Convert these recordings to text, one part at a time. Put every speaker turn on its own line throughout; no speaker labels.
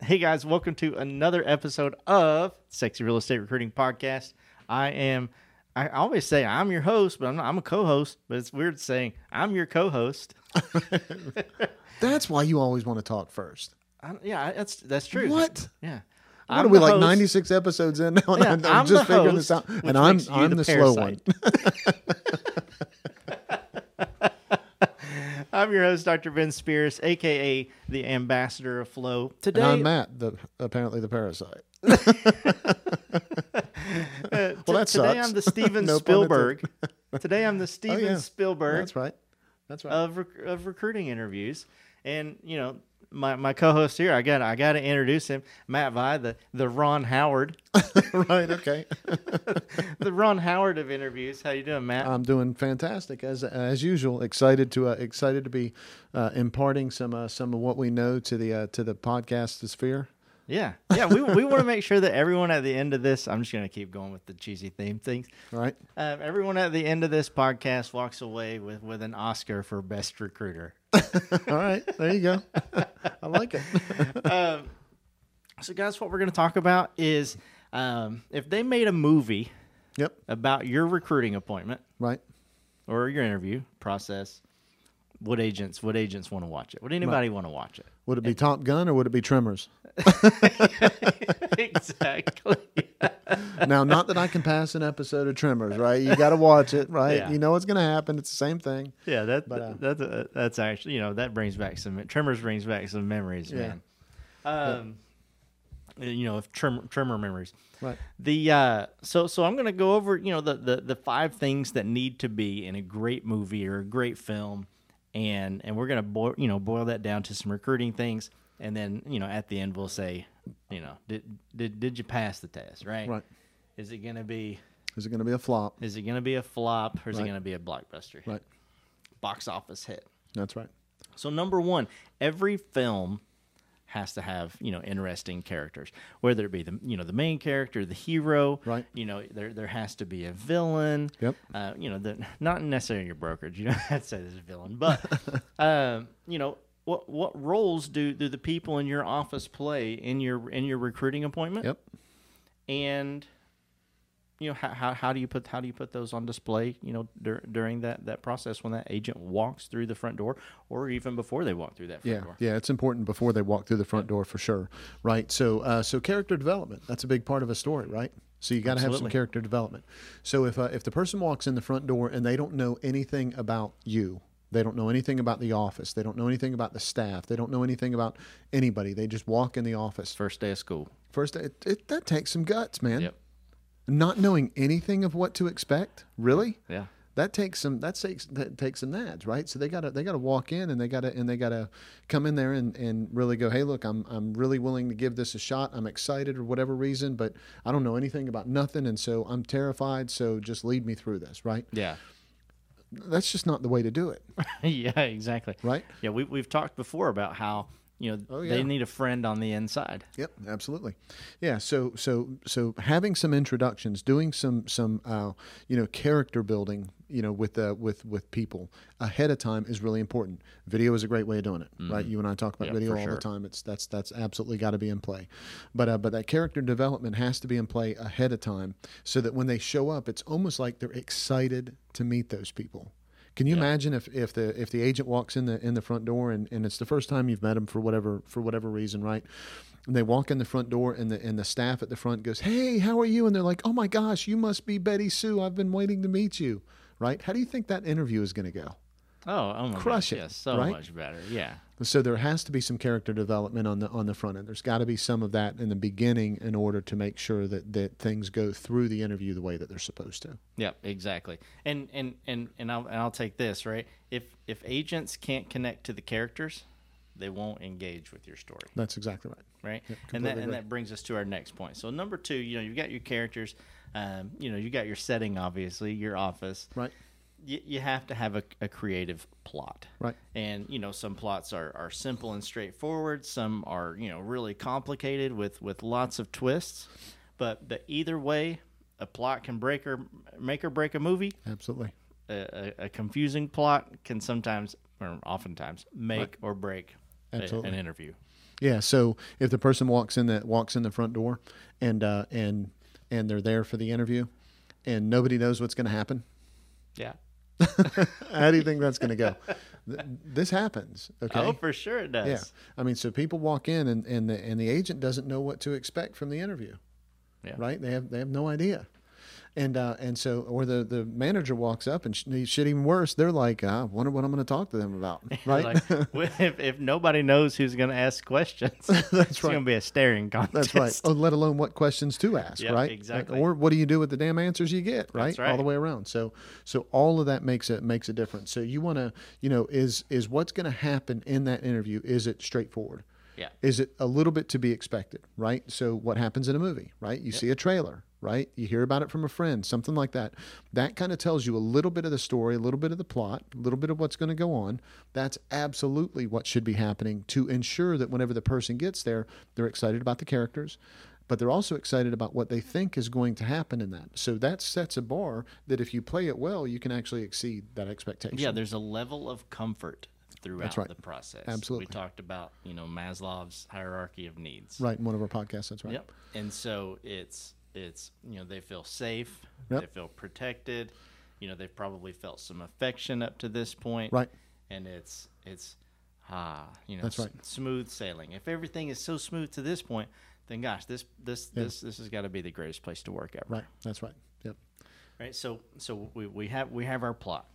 Hey guys, welcome to another episode of Sexy Real Estate Recruiting Podcast. I am, I always say I'm your host, but I'm, not, I'm a co host, but it's weird saying I'm your co host.
That's why you always want to talk first.
Yeah, that's that's true.
What?
Yeah.
What are we like ninety six episodes in now? And
Yeah,
I'm, I'm
I'm
just
the
figuring this
host,
out,
which
and I'm
makes you
I'm
the
the, slow one.
parasite. I'm your host, Dr. Ben Spears, aka the Ambassador of Flow. Today,
And I'm Matt, the apparently the parasite. well, that
today
sucks.
I'm the Steven
No pun Oh,
Spielberg. today I'm the Steven
yeah.
Spielberg
That's right. That's right.
of rec- of recruiting interviews, and you know my, my co-host here. I got I got to introduce him, Matt Vi, the the Ron Howard, Oh.
right. Okay.
the Ron Howard of interviews. How you doing, Matt?
I'm doing fantastic as as usual. Excited to uh, excited to be uh, imparting some uh, some of what we know to the uh, to the podcast sphere.
Yeah, yeah. We we want to make sure that everyone at the end of this. I'm just gonna keep going with the cheesy theme things.
All right.
Uh, everyone at the end of this podcast walks away with with an Oscar for best recruiter.
All right. There you go. I like it.
So, guys, what we're going to talk about is um, if they made a movie
Yep.
about your recruiting appointment
Right.
or your interview process, what agents would agents want to watch it? Would anybody want to watch it?
Would it be Top Gun or would it be Tremors?
exactly.
now, not that I can pass an episode of Tremors, right? You got to watch it, right?
Yeah.
You know what's going to happen. It's the same thing.
Yeah, that
But, uh,
that's uh, that's actually you know that brings back some Tremors brings back some memories,
Yeah.
man. Um, you know, if tremor, tremor memories.
Right.
The uh, so so I'm going to go over you know the, the the five things that need to be in a great movie or a great film, and and we're going to boil you know boil that down to some recruiting things, and then you know at the end we'll say, you know, did did did you pass the test? Right.
Right.
Is it going to be
Is it going to be a flop?
is it going to be a flop or is it
Right.
going to be a blockbuster? hit?
Right.
Box office hit.
That's right.
So number one, every film has to have you know interesting characters, whether it be the you know the main character, the hero,
Right.
You know there there has to be a villain.
Yep.
Uh, you know, the, not necessarily your brokerage. You don't have to say there's a villain, but um, you know what what roles do do the people in your office play in your in your recruiting appointment?
Yep.
And you know how, how, how do you put how do you put those on display you know dur- during that that process when that agent walks through the front door or even before they walk through that front
Yeah,
door
yeah, it's important before they walk through the front door for sure, right? So, uh, so character development—that's a big part of a story, right? So you got to have some
Absolutely.
character development. So if uh, if the person walks in the front door and they don't know anything about you, they don't know anything about the office, they don't know anything about the staff, they don't know anything about anybody. They just walk in the office
first day of school
first. It, it, that takes some guts, man.
Yep.
Not knowing anything of what to expect, really
yeah
that takes some that takes that takes some nads right so they gotta they gotta walk in and they gotta and they gotta come in there and and really go hey look i'm i'm really willing to give this a shot i'm excited or whatever reason but i don't know anything about nothing and so i'm terrified so just lead me through this right
yeah
that's just not the way to do it
yeah exactly
Right?
yeah we, we've talked before about how you know
Oh,
they
yeah.
need a friend on the inside
Yep, absolutely. Yeah, so so so having some introductions, doing some some uh, you know character building, you know with uh, with with people ahead of time is really important. Video is a great way of doing it, right? You and I talk about
Mm-hmm. Yeah,
video
for
all
sure.
the time. It's that's that's absolutely got to be in play, but uh, but that character development has to be in play ahead of time so that when they show up, it's almost like they're excited to meet those people. Can you imagine if, if the if the agent walks in the in the front door and, and it's the first time you've met them for whatever for whatever reason, right? And they walk in the front door and the and the staff at the front goes, "Hey, how are you?" And they're like, "Oh my gosh, you must be Betty Sue. I've been waiting to meet you." Right? How do you think that interview is going to go?
oh oh my
Crush
gosh,
it,
yeah, so
right?
much better yeah
So there has to be some character development on the on the front end. There's got to be some of that in the beginning in order to make sure that that things go through the interview the way that they're supposed to.
Yep, exactly. And and and and I'll and I'll take this right. If if agents can't connect to the characters, they won't engage with your story,
That's exactly right.
right? and that
completely
and that brings us to our next point. So number two, you know, you've got your characters, um, you know, you got your setting, obviously, your office,
Right.
You, you have to have a, a creative plot,
Right.
And you know, some plots are are simple and straightforward. Some are you know really complicated with with lots of twists. But but either way. A plot can break or make or break a movie
Absolutely.
a, a a confusing plot can sometimes or oftentimes make or break a,
Absolutely.
an interview.
Yeah. So if the person walks in that walks in the front door and uh, and and they're there for the interview, and nobody knows what's going to happen,
Yeah.
how do you think that's going to go? Th- this happens. Okay.
Oh, for sure it does.
yeah. I mean, so people walk in and and the and the agent doesn't know what to expect from the interview.
Yeah.
Right. They have they have no idea. And, uh, and so, or the, the manager walks up and sh- shit even worse. They're like, I wonder what I'm going to talk to them about. Right.
Like, w- if, if nobody knows who's going to ask questions, that's it's
right.
going to be a staring contest.
That's right. Oh, let alone what questions to ask,
Yeah,
right?
exactly.
Or what do you do with the damn answers you get, right? All
right.
the way around. So, so all of that makes a makes a difference. So you want to, you know, is is what's going to happen in that interview? Is it straightforward?
Yeah.
Is it a little bit to be expected, right? So what happens in a movie, right? You see a trailer, right? You hear about it from a friend, something like that. That kind of tells you a little bit of the story, a little bit of the plot, a little bit of what's going to go on. That's absolutely what should be happening to ensure that whenever the person gets there, they're excited about the characters, but they're also excited about what they think is going to happen in that. So that sets a bar that if you play it well, you can actually exceed that expectation.
Yeah, there's a level of comfort throughout
right.
the process.
Absolutely.
We talked about, you know, Maslow's hierarchy of needs.
Right, in one of our podcasts, that's right.
Yep. And so it's it's you know they feel safe,
Yep.
they feel protected. You know they've probably felt some affection up to this point.
Right.
And it's it's ah you know
That's
s-
right.
smooth sailing. If everything is so smooth to this point, then gosh this this this this has got to be the greatest place to work ever.
Right, that's right. Yep.
Right. So so we, we have we have our plot.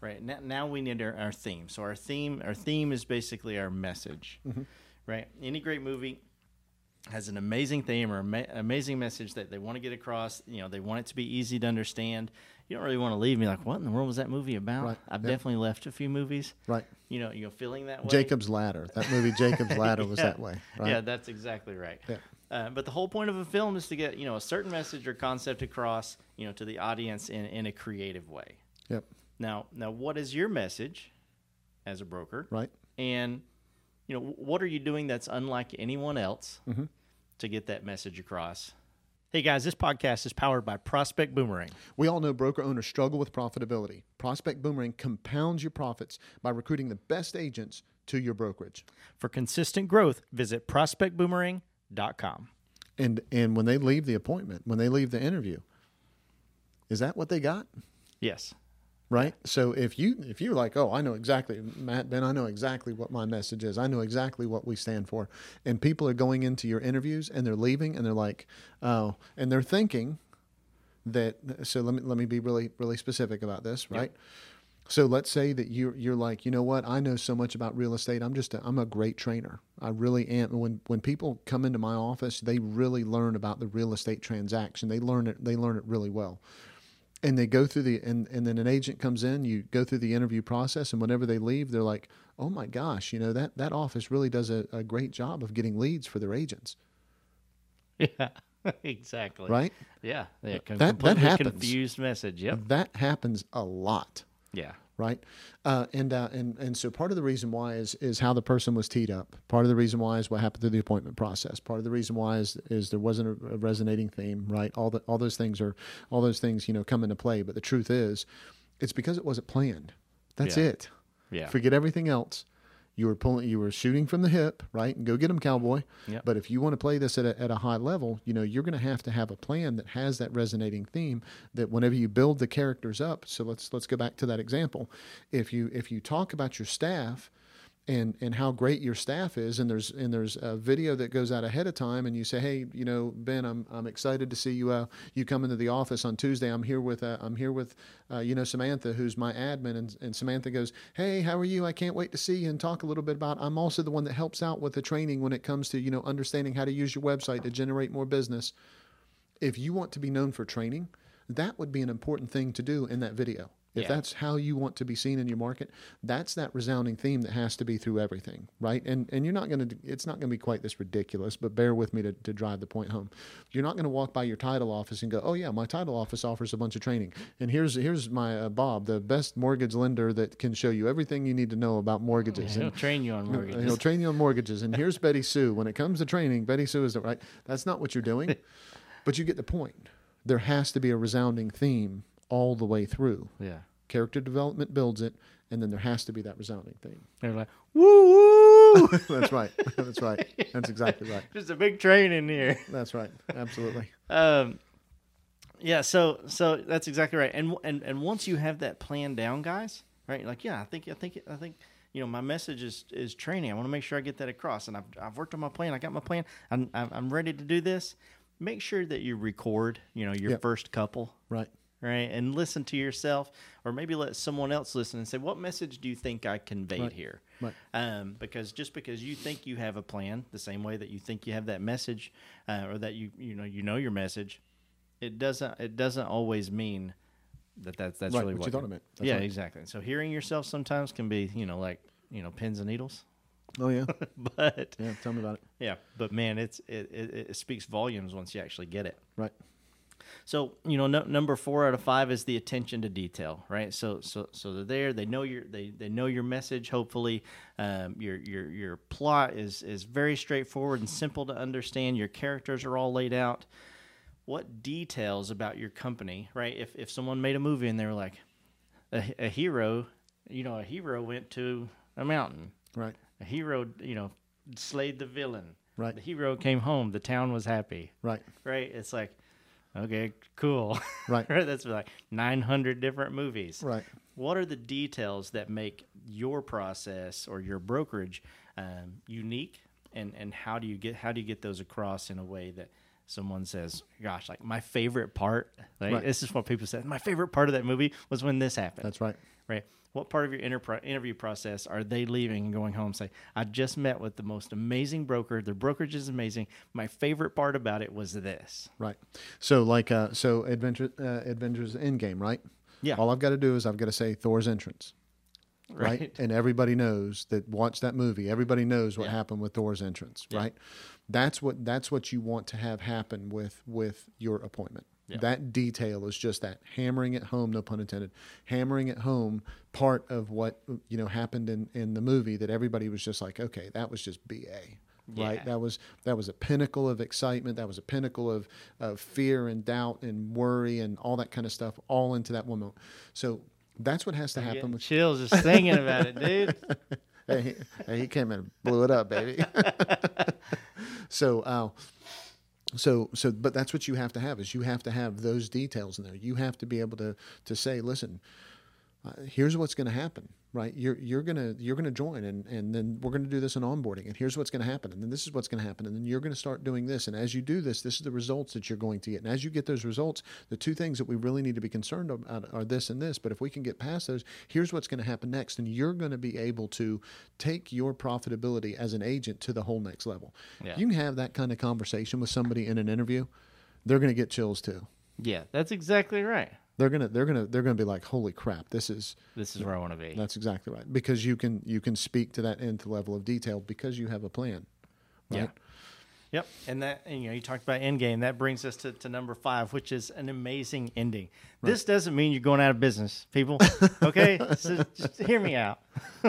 Right. Now, now we need our, our theme. So our theme our theme is basically our message.
Mm-hmm.
Right. Any great movie has an amazing theme or ama- amazing message that they want to get across. You know, they want it to be easy to understand. You don't really want to leave me like, what in the world was that movie about?
Right.
I've
Yeah.
definitely left a few movies.
Right.
You know, you know, feeling that way.
Jacob's Ladder. That movie, Jacob's Ladder, was that way, right?
Yeah, that's exactly right.
Yeah.
Uh, but the whole point of a film is to get you know a certain message or concept across you know to the audience in, in a creative way.
Yep.
Now, now, what is your message as a broker?
Right.
And you know, wh- what are you doing that's unlike anyone else
Mm-hmm.
to get that message across? Hey guys, this podcast is powered by Prospect Boomerang.
We all know broker owners struggle with profitability. Prospect Boomerang compounds your profits by recruiting the best agents to your brokerage.
For consistent growth, visit prospectboomerang.com.
And and when they leave the appointment, when they leave the interview, is that what they got?
Yes.
Right? So if you if you're like, "Oh, I know exactly, Matt, Ben, I know exactly what my message is. I know exactly what we stand for." And people are going into your interviews and they're leaving and they're like, "Oh," and they're thinking that so let me let me be really really specific about this, right? So let's say that you're you're like, you know what? I know so much about real estate. I'm just a, I'm a great trainer. I really am. When when people come into my office, they really learn about the real estate transaction. They learn it. They learn it really well. And they go through the and and then an agent comes in. You go through the interview process, and whenever they leave, they're like, oh my gosh, you know that that office really does a, a great job of getting leads for their agents,
Yeah. exactly.
right?
Yeah. yeah com-
that
completely
happens.
confused message. Yep.
That happens a lot.
Yeah.
right? Uh, and uh, and and so part of the reason why is is how the person was teed up. Part of the reason why is what happened through the appointment process. Part of the reason why is is there wasn't a, a resonating theme, right? All the all those things are all those things you know come into play. But the truth is, it's because it wasn't planned. That's
Yeah.
it.
Yeah.
Forget everything else. You were pulling. You were shooting from the hip, right? And go get them, cowboy.
Yep.
But if you want to play this at a, at a high level, you know you're going to have to have a plan that has that resonating theme. That whenever you build the characters up, so let's let's go back to that example. If you if you talk about your staff, and and how great your staff is, and there's and there's a video that goes out ahead of time, and you say, hey, you know, Ben, I'm I'm excited to see you. Uh, you come into the office on Tuesday. I'm here with uh, I'm here with, uh, you know, Samantha, who's my admin, and and Samantha goes, hey, how are you? I can't wait to see you and talk a little bit about. I'm also the one that helps out with the training when it comes to you know understanding how to use your website to generate more business. If you want to be known for training, that would be an important thing to do in that video. If
Yeah.
that's how you want to be seen in your market, that's that resounding theme that has to be through everything, right? And and you're not gonna it's not gonna be quite this ridiculous, but bear with me to, to drive the point home. You're not gonna walk by your title office and go, oh yeah, my title office offers a bunch of training, and here's here's my uh, Bob, the best mortgage lender that can show you everything you need to know about mortgages.
He'll
And-
train you on mortgages.
He'll train you on mortgages. And here's Betty Sue. When it comes to training, Betty Sue is the right. That's not what you're doing, but you get the point. There has to be a resounding theme all the way through.
Yeah.
Character development builds it, and then there has to be that resounding theme.
They're like, woo, woo, Woo!
That's right. That's right. That's exactly right.
Just a big train in here.
That's right. Absolutely.
Um, yeah. So so that's exactly right. And and and once you have that plan down, guys, right? you're Like, yeah, I think I think I think you know my message is is training. I want to make sure I get that across. And I've I've worked on my plan. I got my plan. I'm I'm, I'm ready to do this. Make sure that you record. You know your
Yep.
first couple.
Right.
Right, and listen to yourself, or maybe let someone else listen and say, "What message do you think I conveyed here?"
Right.
um, because just because you think you have a plan, the same way that you think you have that message, uh, or that you you know you know your message, it doesn't it doesn't always mean that that's that's
Right,
really
what you thought it meant. That's
yeah,
right.
exactly. So hearing yourself sometimes can be you know like you know pins and needles,
Oh yeah.
but
Yeah. Tell me about it.
yeah, but man, it's it, it, it speaks volumes once you actually get it.
Right.
So you know, no, number four out of five is the attention to detail, right? So so so they're there. They know your they, they know your message. Hopefully, um, your your your plot is is very straightforward and simple to understand. Your characters are all laid out. What details about your company, right? If if someone made a movie and they were like, a, a hero, you know, a hero went to a mountain.
Right.
A hero, you know, slayed the villain.
Right.
The hero came home. The town was happy
Right.
right? It's like, okay, cool.
Right.
That's like 900 different movies.
Right.
What are the details that make your process or your brokerage um, unique? And, and how do you get how do you get those across in a way that someone says, "Gosh, like my favorite part." Like
Right.
this is what people said. My favorite part of that movie was when this happened.
That's right.
right. What part of your interpro- interview process are they leaving and going home? and Say, I just met with the most amazing broker. Their brokerage is amazing. My favorite part about it was this.
Right. So like uh so Adventure uh, Avengers Endgame, right?
Yeah.
All I've got to do is I've got to say Thor's entrance. Right.
Right.
And everybody knows that watch that movie. Everybody knows what happened with Thor's entrance, right? That's what that's what you want to have happen with with your appointment. That detail is just that hammering it home, no pun intended, hammering it home part of what you know happened in in the movie that everybody was just like, okay, that was just BA. Right,
Yeah.
that was that was a pinnacle of excitement. That was a pinnacle of, of fear and doubt and worry and all that kind of stuff, all into that one moment. So that's what has to happen
Getting
with
chills just thinking about it, dude.
hey, he- hey, he came and blew it up, baby. so, uh, so, so, but that's what you have to have is you have to have those details in there. You have to be able to to say, listen, uh, here's what's going to happen, right? You're you're gonna you're gonna join, and and then we're gonna do this in onboarding, and here's what's going to happen, and then this is what's going to happen, and then you're going to start doing this, and as you do this, this is the results that you're going to get, and as you get those results, the two things that we really need to be concerned about are this and this, but if we can get past those, here's what's going to happen next, and you're going to be able to take your profitability as an agent to the whole next level.
Yeah.
You can have that kind of conversation with somebody in an interview, they're going to get chills too.
Yeah, that's exactly right.
They're gonna they're gonna they're gonna be like, holy crap, this is
This is where I want to be.
that's exactly right. Because you can you can speak to that nth level of detail because you have a plan. Right?
Yeah. Yep. And that and, you know, you talked about endgame. That brings us to, to number five, which is an amazing ending. This doesn't mean you're going out of business, people. Okay? so just hear me out.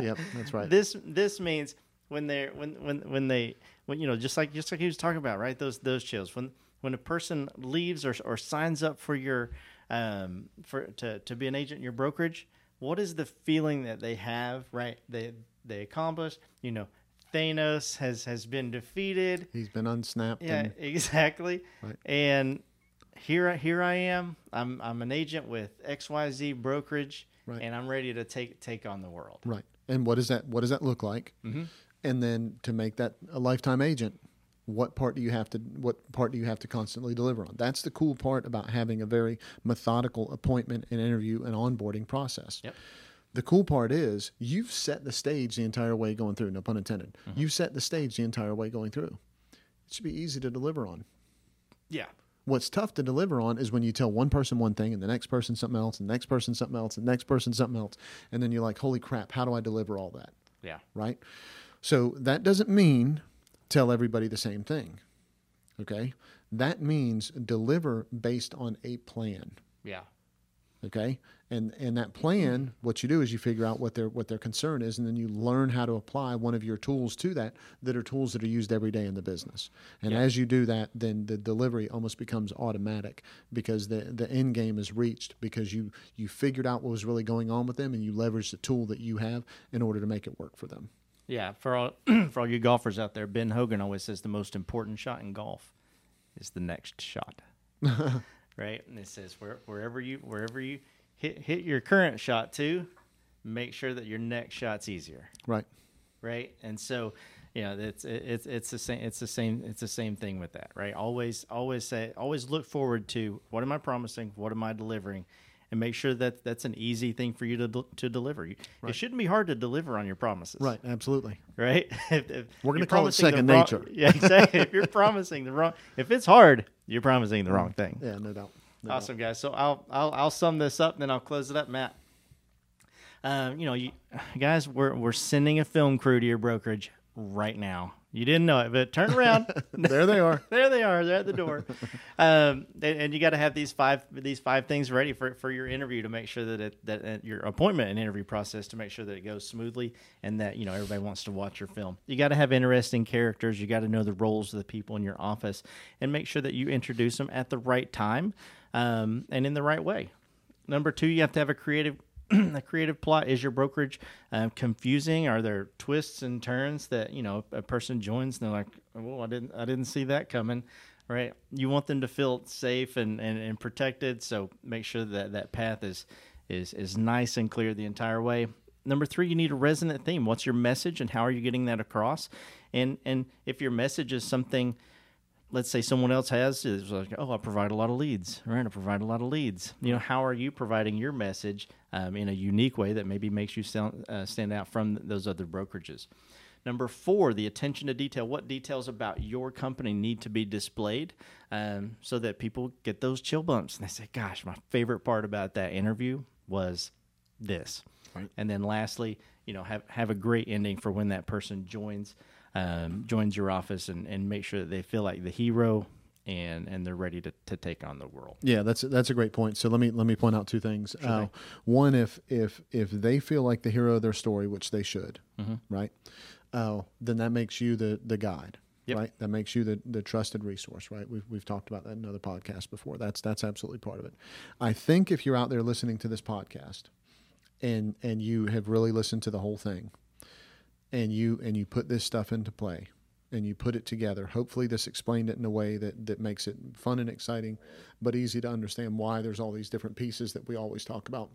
Yep, that's right.
This this means when they're when when when they when you know, just like just like he was talking about, right? Those those chills. When when a person leaves or or signs up for your um for to, to be an agent in your brokerage, what is the feeling that they have, right? They they accomplished, you know, Thanos has has been defeated.
He's been unsnapped
Yeah,
and
exactly.
Right.
And here, I- here I am. I'm, I'm an agent with XYZ brokerage,
Right.
and I'm ready to take take on the world.
right. And what does that what does that look like? And then to make that a lifetime agent, what part do you have to what part do you have to constantly deliver on? That's the cool part about having a very methodical appointment and interview and onboarding process.
Yep.
The cool part is you've set the stage the entire way going through, no pun intended. You've set the stage the entire way going through. It should be easy to deliver on.
Yeah.
What's tough to deliver on is when you tell one person one thing and the next person something else and the next person something else and the next person something else. And then you're like, holy crap, how do I deliver all that?
Yeah.
Right? So that doesn't mean tell everybody the same thing. Okay? That means deliver based on a plan
Yeah.
okay and and that plan what you do is you figure out what their what their concern is and then you learn how to apply one of your tools to that that are tools that are used every day in the business and as you do that then the delivery almost becomes automatic because the the end game is reached because you you figured out what was really going on with them and you leverage the tool that you have in order to make it work for them
Yeah, for all for all you golfers out there, Ben Hogan always says the most important shot in golf is the next shot. right? And it says where, wherever you wherever you hit hit your current shot to, make sure that your next shot's easier.
Right.
Right? And so, you know, it's it- it's it's the same it's the same it's the same thing with that, right? Always always say always look forward to what am I promising? What am I delivering? And make sure that that's an easy thing for you to del- to deliver. You It shouldn't be hard to deliver on your promises
Right. Absolutely.
right? If, if
We're gonna
you're
call it
promising the
second
wrong-
nature.
Yeah, exactly. if you're promising the wrong, if it's hard, you're promising the wrong thing.
Yeah. No doubt. No doubt.
Awesome, guys. So I'll I'll I'll sum this up, and then I'll close it up, Matt. Um, you know, you guys, we're we're sending a film crew to your brokerage right now. You didn't know it, but turn around.
There they are.
there they are. They're at the door. um, and, and you got to have these five these five things ready for, for your interview to make sure that it, that uh, your appointment and interview process to make sure that it goes smoothly and that you know everybody wants to watch your film. You got to have interesting characters. You got to know the roles of the people in your office and make sure that you introduce them at the right time um, and in the right way. Number two, you have to have a creative a creative plot. Is your brokerage um, confusing? Are there twists and turns that you know a person joins and they're like, "Well, I didn't I didn't see that coming." Right? You want them to feel safe and, and, and protected, so make sure that that path is is is nice and clear the entire way. Number three, you need a resonant theme. What's your message, and how are you getting that across? And and if your message is something let's say someone else has is like, oh, I provide a lot of leads, right? I provide a lot of leads. You know, how are you providing your message um, in a unique way that maybe makes you sound, uh, stand out from those other brokerages? Number four, the attention to detail. What details about your company need to be displayed um, so that people get those chill bumps? And they say, gosh, my favorite part about that interview was this. And then lastly, you know, have have a great ending for when that person joins um, joins your office and, and make sure that they feel like the hero and and they're ready to, to take on the world.
Yeah, that's that's a great point. So let me let me point out two things. Uh, one, if if if they feel like the hero of their story, which they should, right? Uh, then that makes you the the guide,
Yep.
right? That makes you the, the trusted resource, right? We've we've talked about that in other podcasts before. That's that's absolutely part of it. I think if you're out there listening to this podcast, and and you have really listened to the whole thing, and you and you put this stuff into play and you put it together hopefully this explained it in a way that that makes it fun and exciting but easy to understand why there's all these different pieces that we always talk about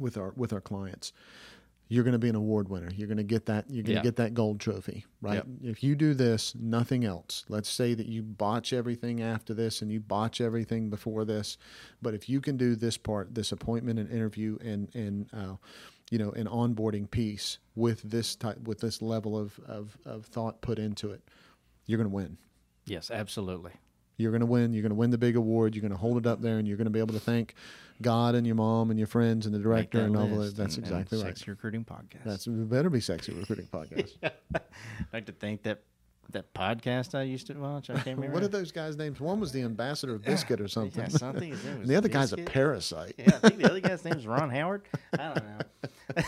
with our with our clients you're going to be an award winner you're going to get that you're going
Yeah.
to get that gold trophy right
Yep.
if you do this nothing else let's say that you botch everything after this and you botch everything before this but if you can do this part this appointment and interview and and uh, you know an onboarding piece with this type with this level of of, of thought put into it you're going to win
Yes, absolutely.
you're going to win. You're going to win the big award. You're going to hold it up there, and you're going to be able to thank God and your mom and your friends and the director and all that. That's exactly right.
Sex recruiting podcast.
That's it better be sexy recruiting podcast.
I'd like to think that that podcast I used to watch. I can't remember.
What are those guys' names? One was the ambassador of biscuit or something.
yeah, something. His name
and
was
the other guy's a
Biscuit.
parasite.
Yeah, I think the other guy's name is Ron Howard. I don't know.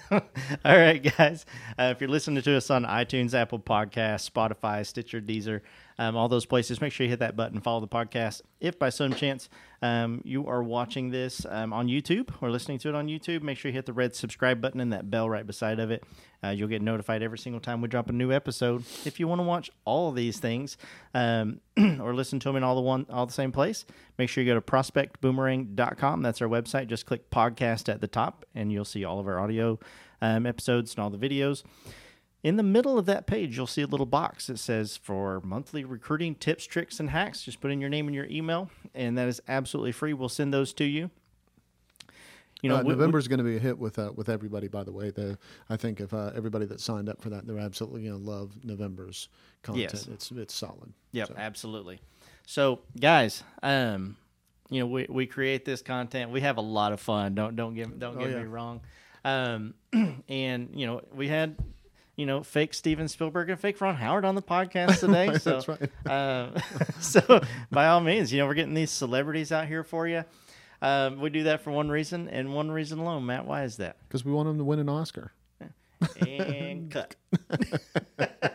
All right, guys. Uh, if you're listening to us on iTunes, Apple Podcasts, Spotify, Stitcher, Deezer, um, all those places, make sure you hit that button, follow the podcast. If by some chance um, you are watching this um, on YouTube or listening to it on YouTube, make sure you hit the red subscribe button and that bell right beside of it. Uh, you'll get notified every single time we drop a new episode. If you want to watch all these things um, or listen to them in all the one all the same place, make sure you go to prospectboomerang.com. That's our website. Just click podcast at the top, and you'll see all of our audio um, episodes and all the videos. In the middle of that page, you'll see a little box that says for monthly recruiting tips, tricks, and hacks. Just put in your name and your email, and that is absolutely free. We'll send those to you. You know,
Uh,
we- we-
November's going to be a hit with uh, with everybody. By the way, the, I think if uh, everybody that signed up for that, they're absolutely going to love November's content.
Yes.
It's it's solid.
Yep, absolutely. So, guys, um, you know, we, we create this content. We have a lot of fun. Don't don't get don't get
Oh, yeah.
me wrong. Um, and you know, we had you know fake Steven Spielberg and fake Ron Howard on the podcast today. so,
That's right.
um, so by all means, you know, we're getting these celebrities out here for you. Um, we do that for one reason and one reason alone. Matt, why is that?
Because we want them to win an Oscar.
And cut.